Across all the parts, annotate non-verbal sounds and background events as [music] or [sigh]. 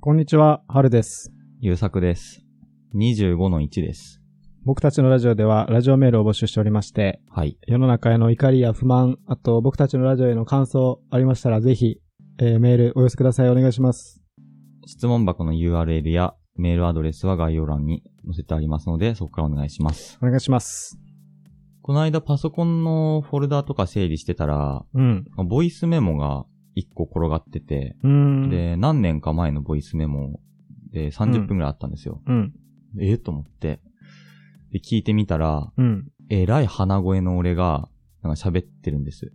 こんにちは、はるです。ゆうさくです。25の1です。僕たちのラジオでは、ラジオメールを募集しておりまして、はい。世の中への怒りや不満、あと僕たちのラジオへの感想ありましたら、ぜひ、えーメールお寄せください。お願いします。質問箱の URL やメールアドレスは概要欄に載せてありますので、そこからお願いします。お願いします。この間パソコンのフォルダとか整理してたら、うん。ボイスメモが1個転がってて、うーん。で、何年か前のボイスメモで30分くらいあったんですよ。うん。ええと思って。で、聞いてみたら、うん。えらい鼻声の俺が、なんか喋ってる [laughs] んです。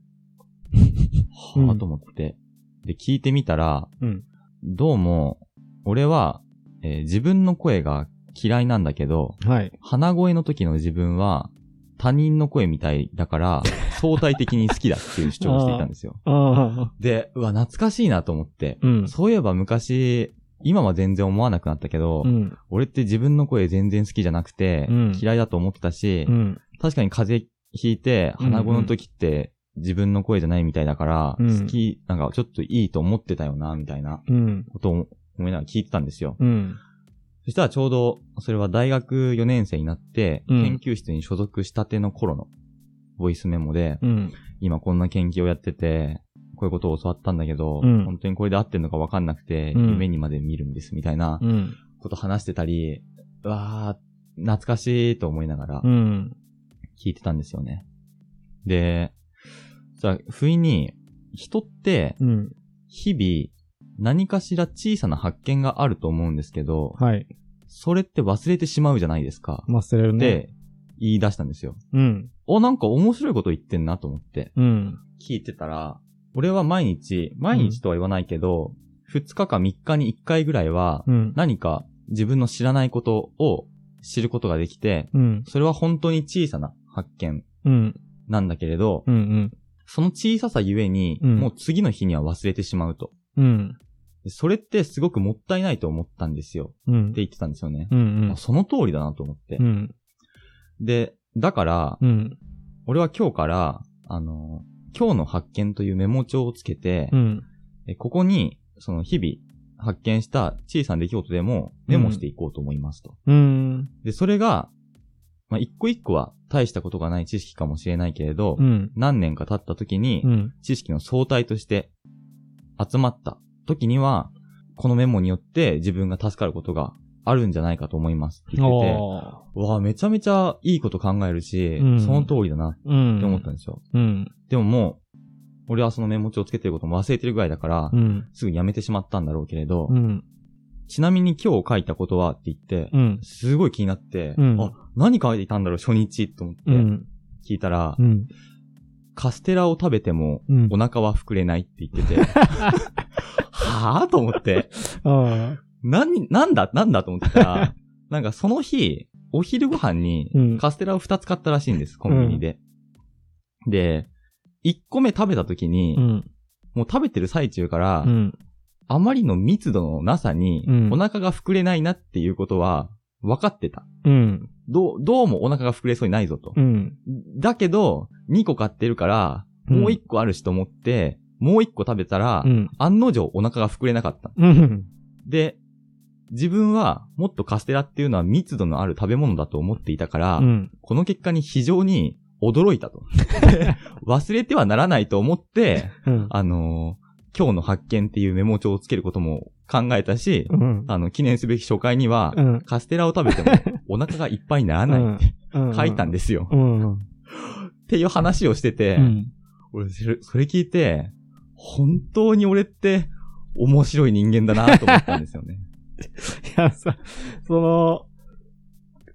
うはんぁと思って。で、聞いてみたら、うん。どうも、俺は、えー自分の声が嫌いなんだけど、はい。鼻声の時の自分は、他人の声みたいだから、相対的に好きだっていう主張をしていたんですよ。 [laughs] ああ。で、うわ、懐かしいなと思って。うん。そういえば昔、今は全然思わなくなったけど、うん。俺って自分の声全然好きじゃなくて、うん嫌いだと思ってたし、うん。確かに風邪ひいて、うんうん鼻声の時って自分の声じゃないみたいだから、うん好き、なんかちょっといいと思ってたよな、みたいなうん。ことを思いながら聞いてたんですよ。うん。そしたらちょうど、それは大学4年生になって、うん研究室に所属したての頃のボイスメモで、うん。今こんな研究をやってて、こういうことを教わったんだけど、うん本当にこれで合ってんのかわかんなくて、うん夢にまで見るんです、みたいなうん。こと話してたり、うわー、懐かしいと思いながら、うん。聞いてたんですよね。で、じゃあ、不意に、人って、うん。日々、何かしら小さな発見があると思うんですけど、はい。それって忘れてしまうじゃないですか。忘れるね。で、言い出したんですよ。うん。お、なんか面白いこと言ってんなと思って、うん。聞いてたら、俺は毎日、毎日とは言わないけど、2日か3日に1回ぐらいは、うん。何か自分の知らないことを知ることができて、うん。それは本当に小さな発見うん。なんだけれど、うん。その小ささゆえに、うんもう次の日には忘れてしまうと。うん。でそれってすごくもったいないと思ったんですよ。うん。って言ってたんですよね。うん。あその通りだなと思って。うん。で、だから、うん。俺は今日から、あの、今日の発見というメモ帳をつけて、うん。えここに、その日々発見した小さな出来事でもメモしていこうと思いますと。うん。で、それが、まあ、一個一個は大したことがない知識かもしれないけれど、うん。何年か経った時に、うん。知識の総体として集まった時には、このメモによって自分が助かることがあるんじゃないかと思いますって言ってて、おうわあめちゃめちゃいいこと考えるし、うんその通りだなっーうん。て思ったんですよ。うん。でももう、俺はそのメモ帳をつけてることも忘れてるぐらいだから、うん。すぐやめてしまったんだろうけれど、うん。ちなみに今日書いたことはって言って、うん。すごい気になって、うんあ、何書いていたんだろう初日と思ってうん。聞いたら、うん。カステラを食べてもうんお。腹は膨れないって言 [laughs] ってて。はぁと思って。ああ。何、なんだなんだと思ってたら、なんかその日、お昼ご飯うにんカステラを2つ買ったらしいんです、コンビニで。で、1個目食べた時に、うん。もう食べてる最中から、うん。あまりの密度のなさに、うんお腹が膨れないなっていうことは分かってた。うん。どう、どうもお腹が膨れそうにないぞとう。ん。だけど、2個買ってるから、もう1個あるしと思って、もう1個食べたら、うん。案の定お腹が膨れなかった。うん。で、自分はもっとカステラっていうのは密度のある食べ物だと思っていたから、うん。この結果に非常に驚い [laughs] たと。忘れてはならないと思って、うん。あのー今日の発見っていうメモ帳をつけることも考えたし、うん。あの、記念すべき初回には、うんカステラを食べても [laughs] お腹がいっぱいにならないって書いたで。んですよ。うん。っていう話をしてて、うん。俺、それそれ聞いて、本当に俺って面白い人間だなと思ったんです [laughs] よね。いや、さ、その、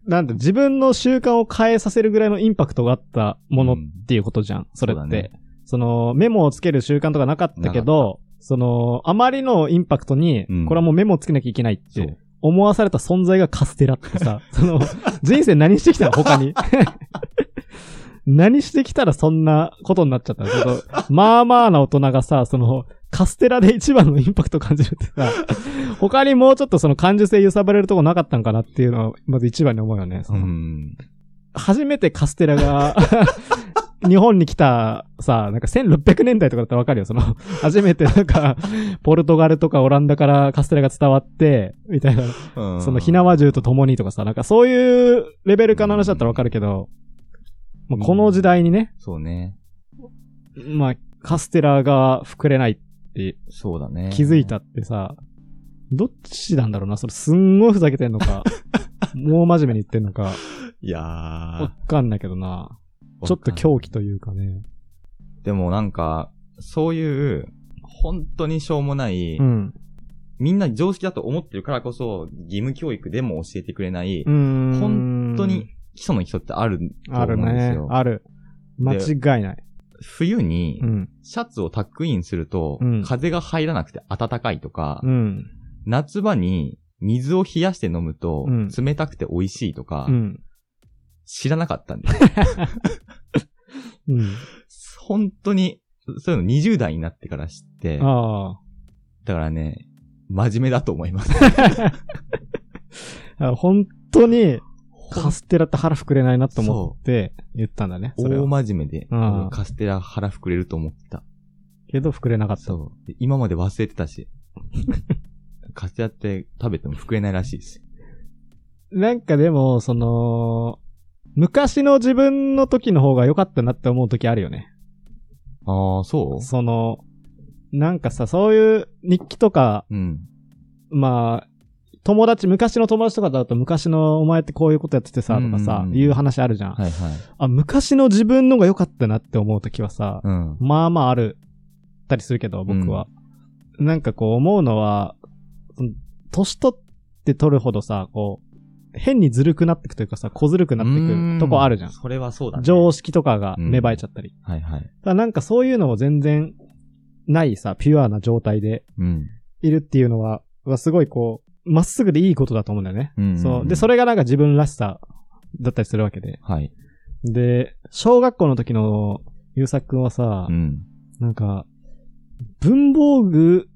なんて、自分の習慣を変えさせるぐらいのインパクトがあったものっていうことじゃん、それって。そ,、そうだねの、メモをつける習慣とかなかったけど、その、あまりのインパクトに、うんこれはもうメモをつけなきゃいけないっそうて。思わされた存在がカステラってさ、そ [laughs] の、人生何してきたの他に。 [laughs] 何してきたらそんなことになっちゃったのちょっとまあまあな大人がさ、その、カステラで一番のインパクトを感じるってさ、他にもうちょっとその感受性揺さぶれるとこなかったんかなっていうのは、まず一番に思うよね。そのうん。初めてカステラが、 [laughs] 日本に来たさ、なんか1600年代とかだったらわかるよ。その、初めてなんか、ポルトガルとかオランダからカステラが伝わって、みたいな。うんその、火縄銃と共にとかさ、なんかそういうレベル感の話だったらわかるけど、まあこの時代にね、そうね。まあ、カステラが膨れないってそうだね。気づいた。ってさ、どっちなんだろうなそれすんごいふざけてんの [laughs] か、もう真面目に言ってんのか、いやわー。かんないけどな。ちょっと狂気というかね。でもなんか、そういう、本当にしょうもない、うん。みんな常識だと思ってるからこそ、義務教育でも教えてくれない、うん。本当に。基礎の基礎ってあるとあ思るうんですねよ。。ある。間違いない。冬にう、ん。シャツをタックインすると、うん風が入らなくて暖かいとか、うん。夏場に水を冷やして飲むとうん、冷たくて美味しいとか、うん。知らなかったんです。 [laughs] うん。本当に、そういうの20代になってから知って、だあからね、真面目だと思います。あ。本当に、カステラって腹膨れないなと思って言ったんだね。それ大は。真面目で、うんカステラ腹膨れると思ってた。けど膨れなかった。そう。で今まで忘れてた [laughs] し。カステラって食べても膨れないらしいです。なんかでも、その、昔の自分の時の方が良かったなって思う時あるよね。ああ、そその、なんかさ、そういう日記とか、ううん。まあ、友達、昔の友達とかだと昔のお前ってこういうことやっててさ、とかうんさう、んうんいう話あるじゃん。はいはい。あ、昔の自分のが良かったなって思うときはさ、うん。まあまあある、たりするけど、僕は。なんかこう思うのは、その年取って取るほどさ、こう、変にずるくなってくというかさ、小ずるくなってくうとこあるじゃん。それはそうだね。常識とかが芽生えちゃったり。はいはい。だからなんかそういうのも全然ないさ、ピュアな状態でうん。いるっていうのは、はすごいこう、まっすぐでいいことだと思うんだよね。うんそう。で、それがなんか自分らしさだったりするわけで。はい。で、小学校の時のゆうさくんはさ、うん。なんか、文房具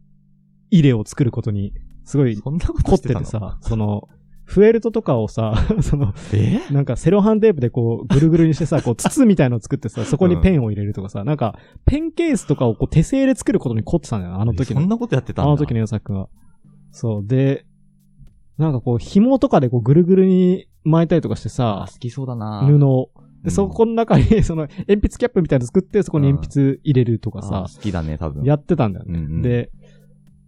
入れを作ることに、すごいそんなこ凝とっしててたてのさ、その、フェルトとかをさ、 [laughs] その、えなんかセロハンテープでこう、ぐるぐるにしてさ、こう、筒みたいのを作ってさ、そこにペンを入れるとかさ、なんか、ペンケースとかをこう、手製で作ることに凝ってたんだよな、あの時そんの。なことやってたあんだ。の時のゆうさくんは。そう。で、なんかこう、紐とかでこう、ぐるぐるに巻いたりとかしてさあ、、好きそうだな布を。うんで、そこの中に、 [laughs] その、鉛筆キャップみたいなの作って、そこに鉛筆入れるとかあさ好、きだね、多分。やってたんだようんね。うん、で、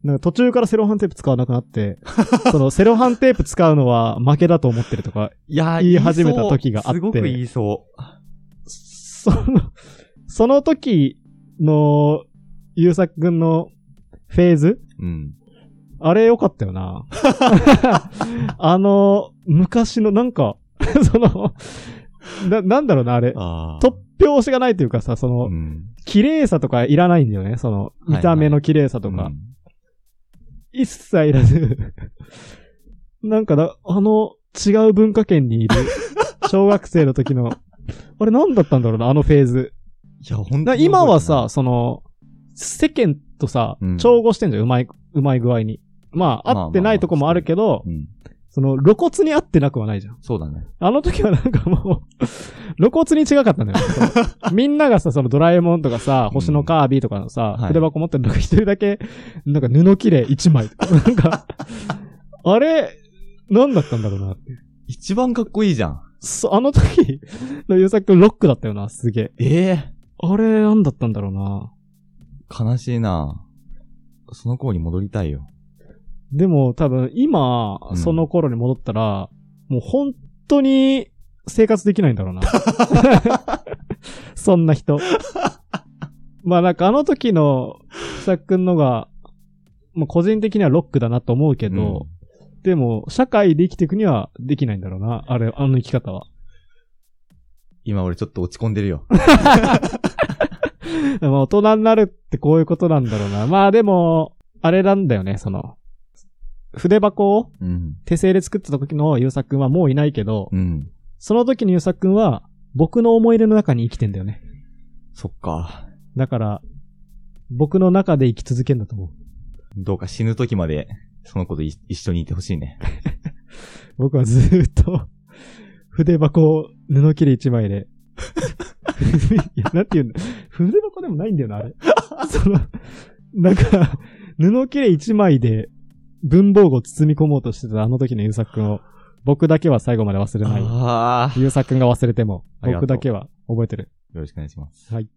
なんか途中からセロハンテープ使わなくなって、 [laughs] その、セロハンテープ使うのは負けだと思ってるとか、いやー言いそう始めた時があってすごく言いそう。その、その時の、ゆうさくんのフェーズうん。あれ良かったよ [laughs] な。あの、昔のなんか、 [laughs] その、な、なんだろうな、あれ。あ突拍子がないというかさ、その、うん。綺麗さとかいらないんだよね。その、いはい見た目の綺麗さとか。うん一切いらず。 [laughs] なんかだ、あの、違う文化圏にいる、 [laughs] 小学生の時の、あれ何だったんだろうな、あのフェーズ。いや、ほんだからと今はさ、、その、世間とさうん、調合してんじゃん、うまい、うまい具合に。まあ、合ってないとこもあるけど、うん。その、露骨に合ってなくはないじゃん。そうだね。あの時はなんかもう、 [laughs] 露骨に違かったんだよ。そうみんながさ、そのドラえもんとかさ、星のカービィとかのさ、はい筆箱持ってるのが一人だけ、なんか布切れ一枚とか。なんか、あれ、なんだったんだろうなって。一番かっこいいじゃん。そあの時の優作ロックだったよな、すげえ。ええあれ、なんだったんだろうな。悲しいなその頃に戻りたいよ。でも多分今、うんその頃に戻ったら、もう本当に生活できないんだろう [laughs] な。そんな人。まあなんかあの時のシャックンのが、まあ個人的にはロックだなと思うけど、でも社会で生きていくにはできないんだろうな。あれ、あの生き方は。今俺ちょっと落ち込んでるよ。まあ大人になるってこういうことなんだろうな。まあでも、あれなんだよね、その、筆箱を [laughs] うん。手製で作ってた時の優作くんはもういないけど、うん。その時のゆうさくんは、僕の思い出の中に生きてんだよね。そっか。だから、僕の中で生き続けんだと思う。どうか死ぬ時まで、その子とい [laughs] 一緒にいてほしいね。 [laughs] 僕はずーっと、筆箱を布切れ一枚で、 [laughs] いや、なんていうんだ。筆箱でもないんだよな、あれ。その、なんか、布切れ一枚で文房具を包み込もうとしてたあの時の優作くんを、僕だけは最後まで忘れない。ああ。よ優作くんが忘れても、ありがとう僕だけは覚えてる。ろしくお願いします。はい。